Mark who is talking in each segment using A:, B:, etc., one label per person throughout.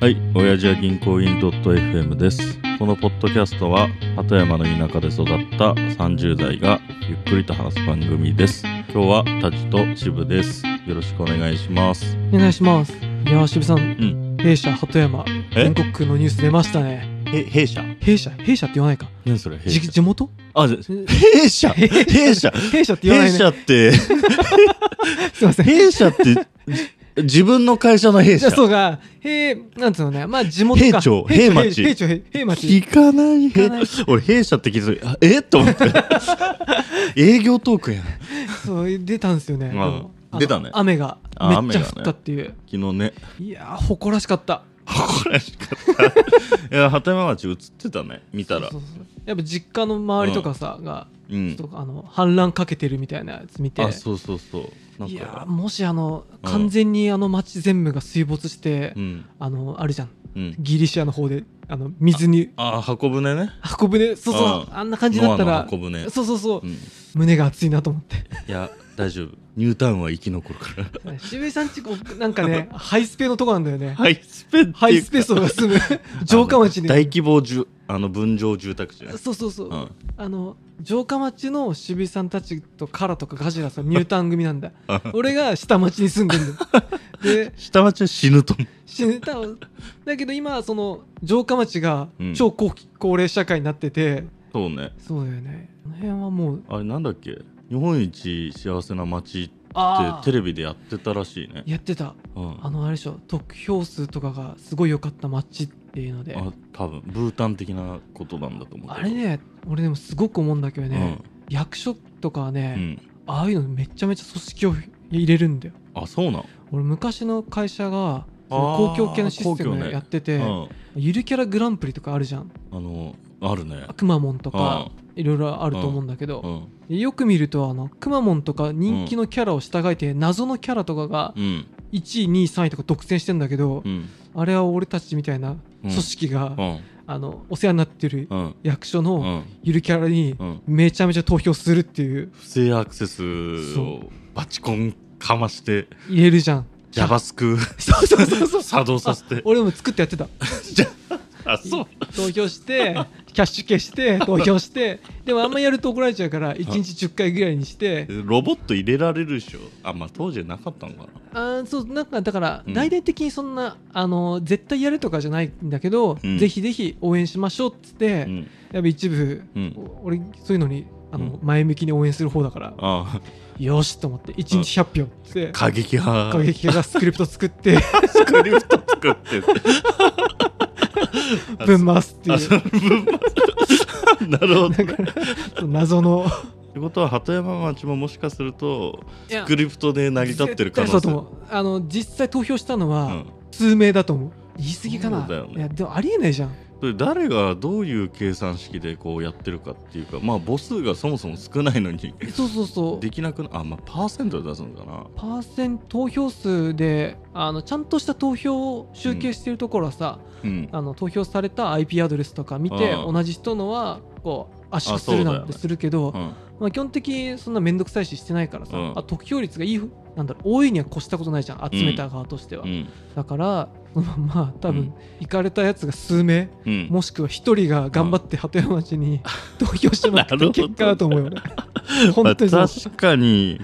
A: はい、親父は銀行員 .fm です。このポッドキャストは、鳩山の田舎で育った30代がゆっくりと話す番組です。今日は、タチとチブです。よろしくお願いします。
B: お願いします。いやー、渋さん、弊社鳩山、
A: え
B: 全国区のニュース出ましたね。
A: へ、弊社
B: 弊社、弊社って言わないか。
A: 何それ弊
B: じ
A: 社
B: 地元
A: あ、じゃ
B: え
A: 弊社弊社
B: 弊社って言わな
A: 弊
B: い
A: 社
B: ね。
A: って、
B: すいません。
A: 弊社って、じ自分の会社の弊
B: じゃ
A: 社
B: あ、。そうか、弊、なんつうのね、まあ地元か。
A: 弊庁弊
B: 弊
A: 町
B: 弊庁、弊弊町。
A: 聞かない
B: 聞かない
A: 俺弊社って聞いた時あえっと思って 営業トークやん昨
B: そう、出たんですよね。でも
A: あ
B: あの
A: 出たね
B: 雨が
A: あ
B: めっちゃ
A: 雨がね
B: 降ったっていう。
A: 日ね
B: いやー、誇らしかった。
A: 誇らしかったいや 鳩山町映ってたね見たら
B: そうそうそうやっぱ実家の周りとかさ、が、
A: う
B: ちょっ
A: ん
B: とあの、氾濫かけてるみたいなやつ見て。
A: あそうそうそうなん
B: いやー
A: か
B: もしあの
A: うん
B: 完全にあの町全部が水没して、
A: うん
B: あのあるじゃん
A: うん
B: ギリシアの方であの水に
A: あ箱舟ね
B: 運ぶねそうそう、
A: うん
B: あんな感じだった
A: ノア
B: ら
A: の箱舟
B: そうそうそう、
A: うんい
B: 胸が熱いなと思って
A: や大丈夫ニュータウンは生き残るから
B: 渋井さんちこうなん かねハイスペのとこなんだよね、
A: ハイスペっていうか
B: ハイスペ層が 住む城下町
A: あの
B: に
A: 大規模住あの分譲住宅地ね
B: そうそうそう、
A: うん
B: あの城下町の渋井さんたちとカラとかガジラさんニュータウン組なんだ俺が下町に住ん でるんだよで
A: 下町は死ぬと思う
B: 死ねただけど今その城下町が
A: うん
B: 超高,、高齢社会になってて
A: そうね
B: そうだよねこの辺はもう
A: あれなんだっけ日本一幸せな街って
B: あ
A: テレビでやってたらしいね
B: やってた
A: うん
B: あのあれでしょ得票数とかがすごい良かった街っていうのであ
A: あ多分ブータン的なことなんだと思うけど
B: れね俺でもすごく思うんだけどね、役所とかは
A: う
B: ね
A: ん、、
B: ああいうのめちゃめちゃ組織を入れるんだよ
A: うんあそうなの
B: 俺昔の会社がそ
A: あ
B: の
A: ー
B: 公共系のシステ
A: 公共
B: ム
A: ね
B: やってて、ゆるキャラグランプリとかあるじゃん
A: うん、あのあるね
B: くまモンとかいろいろあると思うんだけど、
A: うん
B: よく見るとあのくまモンとか人気のキャラを従えて、謎のキャラとかが
A: うん
B: 1位2位3位とか独占してんだけど、
A: うん
B: あれは俺たちみたいな組織が、
A: うん
B: あのお世話になってる
A: うん
B: 役所
A: う
B: の
A: ん
B: ゆるキャラに
A: うん
B: めちゃめちゃ投票するっていう
A: 不正アクセス
B: そ
A: をバチコンかまして
B: 入れるじゃん
A: ジャバスク
B: そうそうそうそう
A: 作動させて
B: 俺も作ってやってた
A: あそう
B: 投票してキャッシュ消して投票してでもあんまやると怒られちゃうから1日10回ぐらいにして
A: ロボット入れられるでしょあまあ当時はなかったのかな
B: あーそうなんかだから
A: うん
B: 大々的にそんな、あの絶対やるとかじゃないんだけど、
A: うん
B: ぜひぜひ応援しましょうっつって、
A: うん
B: やっぱ一部、
A: うん
B: お俺そういうのにあの、
A: うん
B: 前向きに応援する方だから
A: あ
B: よしと思って1日100票っつって、
A: あ過激派
B: 過激派がスクリプト作って
A: スクリプト作 って
B: ぶん回すってい
A: あそう
B: う
A: 分回すなるほど
B: だからそう 謎の
A: ってことは鳩山町ももしかすると
B: いや
A: スクリプトで成り立ってる可能性
B: 絶対そうと思うあの実際投票したの
A: う
B: は
A: ん
B: 数名だと思う言い過ぎか
A: そ
B: な
A: うだよね
B: いやでもありえないじゃん
A: それ誰がどういう計算式でこうやってるかっていうかまあ母数がそもそも少ないのに
B: そうそうそう
A: できなくなあまあパーセントで出すのかな
B: パーセン投票数であのちゃんとした投票を集計してるところはさ、
A: うん
B: あの投票された IP アドレスとか見て
A: うん
B: 同じ人のはこう圧縮
A: あ
B: す
A: そうだ
B: る
A: よね
B: なんてするけど、
A: うん
B: まあ、基本的にそんな面倒くさいししてないからさ、
A: うん
B: あ得票率がいいなんだろう多いには越したことないじゃん集めた側としては、
A: うん
B: だからそのまま多
A: う
B: 分
A: ん
B: 行かれたやつが数名、
A: うん
B: もしくは一人が頑張って鳩山町に投票してもらっ た
A: なるほど
B: 結果だと思うよね本当に
A: ま
B: そ
A: あ
B: う、
A: 確かに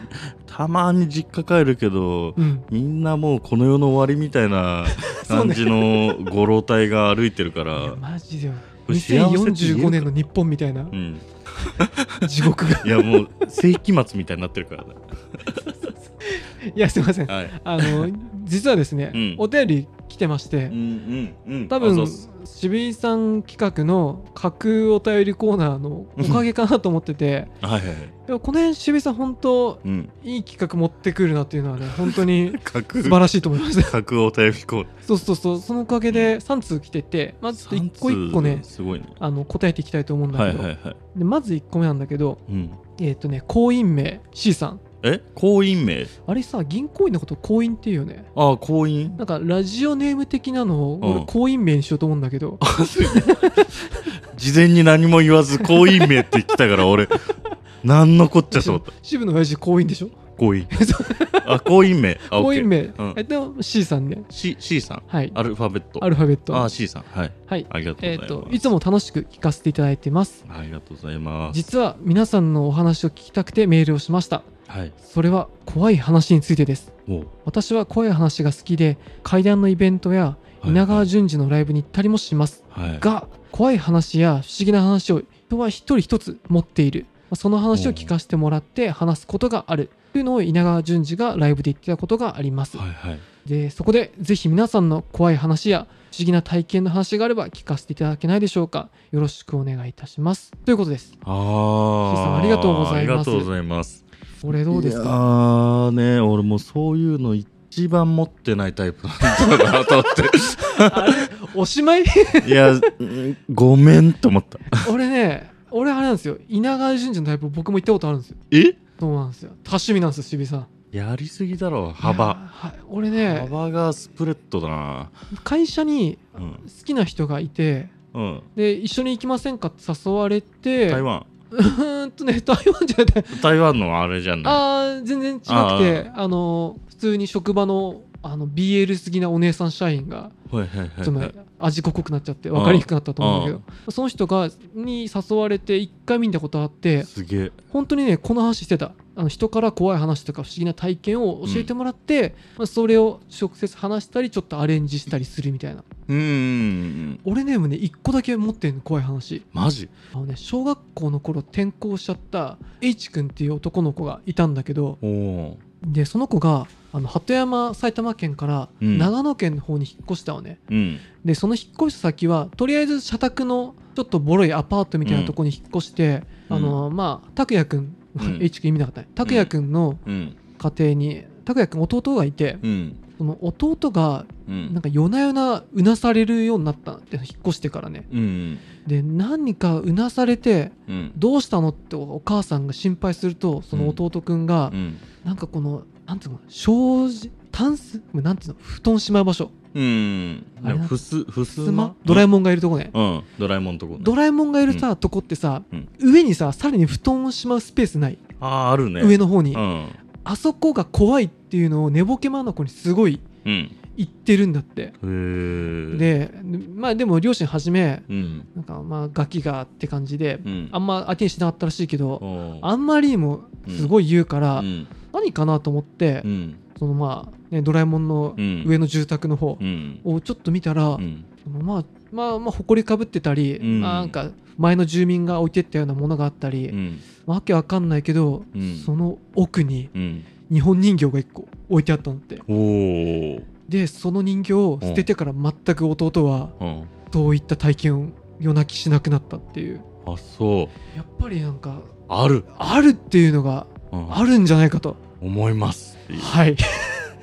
A: たまに実家帰るけど
B: うん、
A: みんなもうこの世の終わりみたいな
B: そう
A: 感
B: ね
A: じのご老体が歩いてるか
B: いや
A: ら、
B: マジでよ
A: これ幸せって言える
B: 2045
A: か
B: 年の日本みたいな
A: うん、
B: 地獄が
A: いやもう世紀末みたいになってるからね、
B: いやすいません
A: はい、
B: あの実はですね、
A: うん
B: お便り来てまして
A: うんうんうん
B: 多
A: あそう
B: 分
A: っす
B: 渋井さん企画の架空お便りコーナーのおかげかなと思ってて
A: はいはいはい、
B: でもこの辺渋井さん本当
A: うん、
B: いい企画持ってくるなっていうのはね本当に
A: 架空
B: 素晴らしいと思いまし た
A: 架空お便りコーナー
B: そうそうそうそのおかげで3通来ててまず1個1個
A: 三
B: ね
A: 通すごいね
B: あの答えていきたいと思うんだ
A: は
B: け
A: い
B: ど、
A: はいはい、
B: でまず1個目なんだけど
A: うん、
B: えっ、とね行員名 C さん
A: え行員名
B: あれさ銀行員のこと行員っていうよね
A: ああ行員
B: なんかラジオネーム的なのを
A: うん
B: 俺行員名にしようと思うんだけど
A: 事前に何 も言わず行員名って言ってたから俺何のこっちゃと思っ
B: 渋野親父行員でしょ
A: こいい。あ、コイン名。あ
B: コイ
A: オ
B: ン。
A: ッ
B: 名
A: ケーうん
B: えっと C さんね
A: C、C さん。
B: はい
A: アルファベット。
B: アルファベ
A: あ
B: ット
A: ー、C さん。はい。
B: はい
A: ありがとうござ
B: え
A: い
B: っ
A: ます。
B: といつも楽しく聞かせていただいています
A: ありがとうございます。
B: 実は皆さんのお話を聞きたくてメールをしました
A: はい。
B: それは怖い話についてです
A: おう
B: 私は怖い話が好きで怪談のイベントや
A: はい
B: 稲川淳二のライブに行ったりもします
A: はい。
B: が怖い話や不思議な話を人は一人一つ持っているまあその話を聞かせてもらって話すことがあるというのを稲川淳二がライブで言ってたことがあります、
A: はいはい。
B: でそこでぜひ皆さんの怖い話や不思議な体験の話があれば聞かせていただけないでしょうかよろしくお願いいたしますということです
A: あー
B: C さんありがとうございます
A: ありがとうございます。
B: これどうです
A: いや
B: か
A: ーね、俺もうそういうの一番持ってないタイプなんだなと思っ
B: おしまい
A: て。いや、うんごめんと思った。
B: 俺ね俺あれなんですよ稲川淳二のタイプ僕も行ったことあるんですよ
A: え
B: そうなんですよ多趣味なんですよ渋井さん
A: やりすぎだろ、
B: いや
A: 幅。
B: はい俺ね
A: 幅がスプレッドだな。
B: 会社に
A: うん。
B: 好きな人がいて
A: うん。
B: で一緒に行きませんかって誘われて
A: 台湾。
B: うーんとね台湾じゃなくて
A: 台湾のあれじゃない。
B: あー全然違くて
A: あ
B: あの普通に職場のあの BL 好きなお姉さん社員が
A: はいはい
B: ちょっと
A: はいは
B: ね
A: い。
B: 味濃くなっちゃって分かりにくくなったと思うんだ
A: あ
B: けどその人がに誘われて一回見たことあって
A: すげえ。
B: 本当にねこの話してたあの人から怖い話とか不思議な体験を教えてもらって、まあ、それを直接話したりちょっとアレンジしたりするみたいな
A: うんうんうん。
B: 俺ねもうね一個だけ持ってんの怖い話
A: マジ
B: あのね小学校の頃転校しちゃった H 君っていう男の子がいたんだけど
A: おお。
B: でその子があの鳩山埼玉県から
A: うん
B: 長野県の方に引っ越したのね、
A: うん。
B: でその引っ越した先はとりあえず社宅のちょっとボロいアパートみたいなとこに引っ越して、
A: うん
B: あのまあ拓也君
A: うん
B: H 君意味なかったね拓也君の
A: うん。
B: 家庭に拓也君弟がいて
A: うん。
B: その弟が
A: う
B: なん
A: ん。
B: か夜な夜なうなされるようになったって引っ越してからね
A: うん。
B: で何かうなされて
A: うん。
B: どうしたのってお母さんが心配するとその弟くんが、
A: うん。
B: なんかこのなんていうの障子タンスなんていうの布団しまう場所
A: うん。
B: あれな
A: ふす、ふす
B: スマ
A: ま
B: ドラえもんがいるとこね、
A: うん。ドラえもんのとこね。
B: ドラえもんがいるさ、とこってさ、
A: うん
B: 上にささらに布団をしまうスペースない、
A: ああ、あるね。
B: 上の方に、
A: うん。
B: あそこが怖いっていうのを寝ぼけまの子にすごい
A: うん。
B: 言ってるんだって、
A: へえ。、
B: でまあでも両親はじめ
A: うん。
B: なんかまあガキがって感じで、
A: うん。
B: あんま相手にしなかったらしいけど、
A: おー、
B: あんまりにもすごい言うから、
A: うん。
B: 何かなと思って、
A: うん。
B: そのまあ、ね、ドラえもんの
A: うん
B: 上の住宅の方
A: うん。
B: をちょっと見たら、
A: うん。
B: そのまあまあまあ埃かぶってたり、
A: うん
B: まあなんか前の住民が置いてったようなものがあったり、
A: うん。
B: まあわけわかんないけど、
A: うん
B: その奥に
A: うん。
B: 日本人形が1個置いてあったのって
A: おお。
B: でその人形を捨ててから全く弟は
A: うん。
B: そういった体験を夜泣きしなくなったっていう
A: あ、そう。
B: やっぱりなんか
A: ある。
B: あるっていうのが
A: うん
B: あるんじゃないかと、
A: 思います。い
B: はい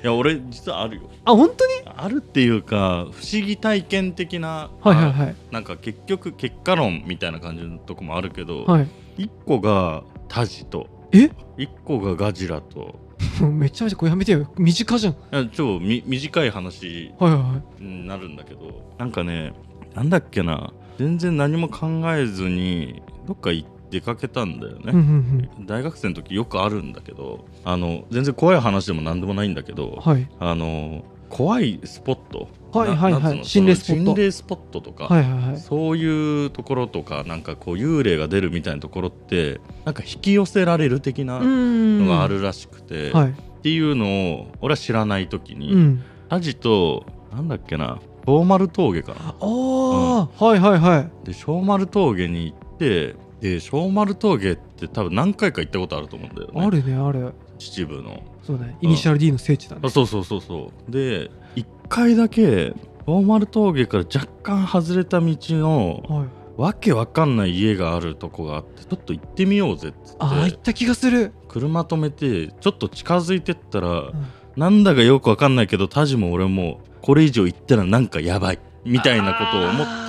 A: や、俺、実はあるよ。
B: あ本当に
A: あるっていうか、不思議体験的な。
B: はいはいはい
A: なんか結局結果論みたいな感じのとこもあるけど、
B: はい
A: 一個がタジと
B: え
A: 一個がガジラと
B: もう めちゃめちゃこれやめてよ身近じゃん
A: いや超み短い話
B: はいはいはい
A: になるんだけどなんかねなんだっけな全然何も考えずにどっかい出かけたんだよ
B: うんう
A: ね、
B: ん
A: 大学生の時よくあるんだけどあの全然怖い話でも何でもないんだけ
B: うん
A: ど
B: はい
A: あの怖いスポット
B: はい
A: な
B: はい
A: なんつう
B: は
A: の
B: い心霊スポッ
A: その
B: ト
A: 心霊スポットとか、
B: はいはいはい
A: そういうところとかなんかこう幽霊が出るみたいなところってなんか引き寄せられる的なの
B: の
A: があるらしくて、
B: はい
A: っていうのを俺は知らない時に、
B: うん
A: アジとなんだっけな小丸峠かな
B: ああ、はいはいはい
A: で小丸峠に行ってで小丸峠って多分何回か行ったことあると思うんだよね
B: あるねある
A: 秩父の
B: そうだね
A: う
B: イ
A: ん
B: ニシャル D の聖地だね
A: あそうそうそうそうで1回だけ小丸峠から若干外れた道の
B: はい
A: わけわかんない家があるとこがあってちょっと行ってみようぜっつって
B: ああ行った気がする
A: 車止めてちょっと近づいてったら、
B: ん
A: なんだかよくわかんないけどタジも俺もこれ以上行ったらなんかやばいみたいなことを思っ
B: あ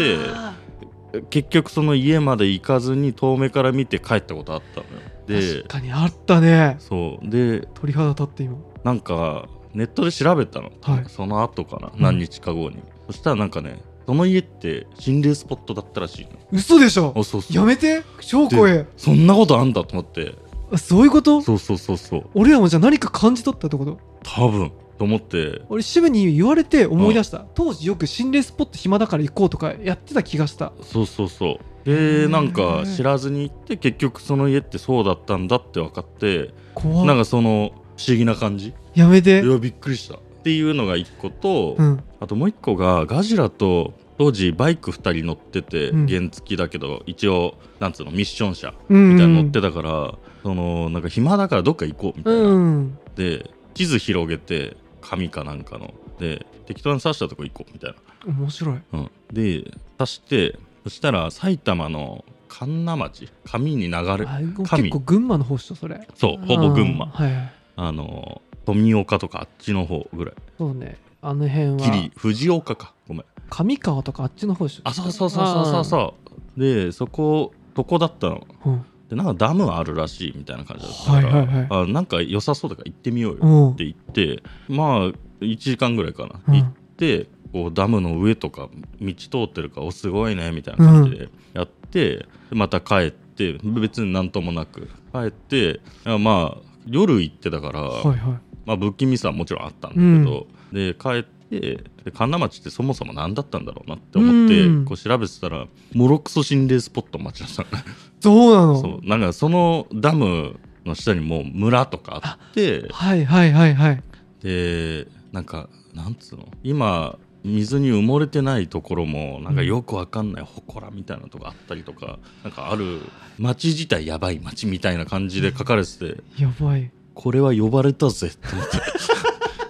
A: て結局その家まで行かずに遠目から見て帰ったことあったのよ
B: ー
A: で
B: 確かにあったね
A: そうで
B: 鳥肌立って今
A: なんかネットで調べたの、
B: はい
A: その後かな、
B: ん
A: 何日か後にそしたらなんかねその家って心霊スポットだったらしいの
B: 嘘でしょ
A: あそうそう
B: やめて超怖え
A: そんなことあんだと思って
B: あそういうこと
A: そうそうそうそう
B: 俺らもじゃあ何か感じ取ったってこと
A: 多分と思って
B: 俺渋に言われて思い出した、当時よく心霊スポット暇だから行こうとかやってた気がした
A: そうそうそう
B: へ
A: で
B: ー
A: なんか知らずに行って結局その家ってそうだったんだって分かって
B: 怖
A: なん
B: っ
A: かその不思議な感じ
B: やめ
A: い
B: て
A: やびっくりしたっていうのが一個と、
B: うん
A: あともう一個がガジラと当時バイク2人乗ってて
B: うん
A: 原付だけど、一応なんつうのミッション車
B: うん
A: みたいなの乗ってたから、そのなんか暇だからどっか行こうみたいな、
B: うん
A: で地図広げて紙かなんかので適当に刺したとこ行こうみたい
B: 面白い
A: な、うん、で刺してそしたら埼玉の神奈町紙に流れ
B: あ
A: 神
B: 結構群馬の方っしょそれ
A: そうほぼ群馬
B: あーはい
A: あの富岡とかあっちの方ぐらい
B: そうねあの辺
A: ギ
B: は
A: リ藤岡かごめん
B: 上川とかあっちの方っしょ
A: あそうそうそうそうそうそうでそこそこだったの
B: うん
A: でなんかダムあるらしいみたいな感じだったか
B: はい
A: ら、
B: はいはい
A: あなんか良さそうだから行ってみよう
B: う
A: よ
B: ん
A: って言ってまあ1時間ぐらいかな、
B: うん
A: 行ってこうダムの上とか道通ってるからおすごいねみたいな感じでやって、でまた帰って別になんともなく帰っていやまあ夜行ってたから、
B: はいは
A: まあ、不気味さはもちろんあったんだけど、で帰ってで神奈町ってそもそも何だったんだろうなって思って、
B: うん
A: こう調べてたらもろくそ心霊スポットの町だったの
B: い そうなの
A: そうなんかそのダムの下にもう村とかあって
B: はいはいはいはい
A: でなんかなんつうの今水に埋もれてないところもなんかよくわかんない祠みたいなとこあったりとか、なんかある町自体やばい町みたいな感じで書かれてて、
B: やばい
A: これは呼ばれたぜ って思って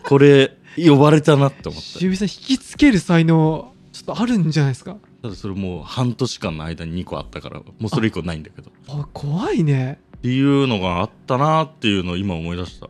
A: これ呼ばれたなって思って
B: 渋井さん引きつける才能ちょっとあるんじゃないですか
A: ただそれもう半年間の間に2個あったからもうそれ以降ないんだけど
B: あ怖いね
A: っていうのがあったなっていうのを今思い出した
B: い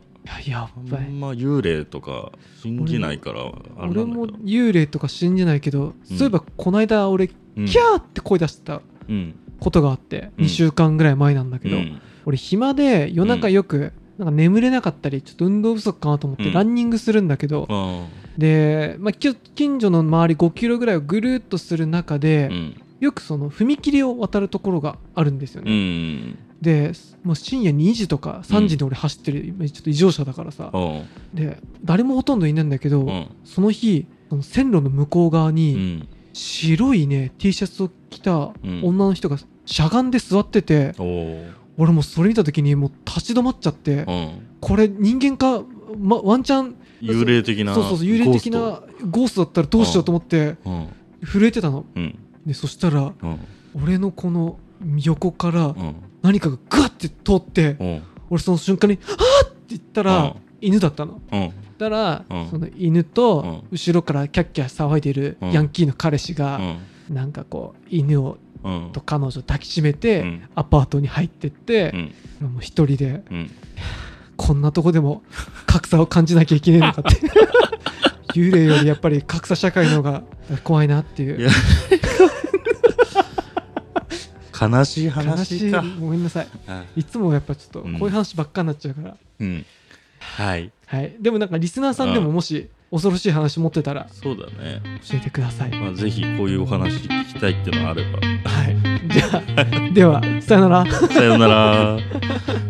B: やや
A: あん
B: ばい
A: ま幽霊とか信じないからあれな
B: 俺
A: ん
B: も
A: だけど
B: 幽霊とか信じないけど、そういえばこの間俺キ
A: うん
B: ャーって声出してた
A: うん
B: ことがあって、
A: うん
B: 2週間ぐらい前なんだけ
A: う
B: ど、
A: ん
B: 俺暇で夜中よくなんか眠れなかったりちょっと運動不足かなと思っ
A: う
B: て
A: ん
B: ランニングするんだけど、
A: あ
B: で、まあ、きょ近所の周り5キロぐらいをぐるーっとする中で、
A: ーうん
B: よくその踏切を渡るところがあるんですよ
A: う
B: ね、
A: ん
B: でもう深夜2時とか3時に俺走ってる、今ちょっと異常者だからさ
A: あー
B: で誰もほとんどいないんだけど、
A: うん
B: その日その線路の向こう側
A: う
B: に、
A: ん
B: 白いね T シャツを着た
A: うん
B: 女の人がしゃがんで座ってて、
A: おー
B: 俺もうそれ見た時にもう立ち止まっちゃって、
A: うん
B: これ人間か、ま、ワンチャン
A: 幽霊的な
B: そうそうそう幽霊
A: ゴー
B: 的
A: ス
B: なゴーストだったらどうしようと思って
A: トうん
B: 震えてたの
A: うん
B: でそしたら
A: うん
B: 俺のこの横から
A: うん
B: 何かがグワッて通って
A: うん
B: 俺その瞬間に「あっ!」って言った
A: うん
B: ら犬だったの
A: うん
B: だから
A: うん
B: その犬
A: う
B: と
A: ん
B: 後ろからキャッキャ騒いでる
A: うん
B: ヤンキーの彼氏
A: う
B: が
A: ん
B: なんかこう犬を
A: うん
B: と彼女抱きしめて、
A: うん
B: アパートに入ってって
A: う、ん
B: もう一人で
A: うん
B: こんなとこでも格差を感じなきゃいけねえのかって 幽霊よりやっぱり格差社会の方が怖いなってい
A: いうや悲しい
B: 悲
A: 話
B: しい
A: か。
B: ごめんなさい
A: はい
B: いつもやっぱちょっとこ
A: う
B: うんいう話ばっかになっちゃうから、
A: うん。はい。
B: はい、でもなんかリスナーさんでももし恐ろしい話持ってたら
A: そうだね。
B: 教えてください、
A: まあ、ぜひこういうお話聞きたいってのがあれば。
B: はい、じゃあではさよなら
A: さようなら。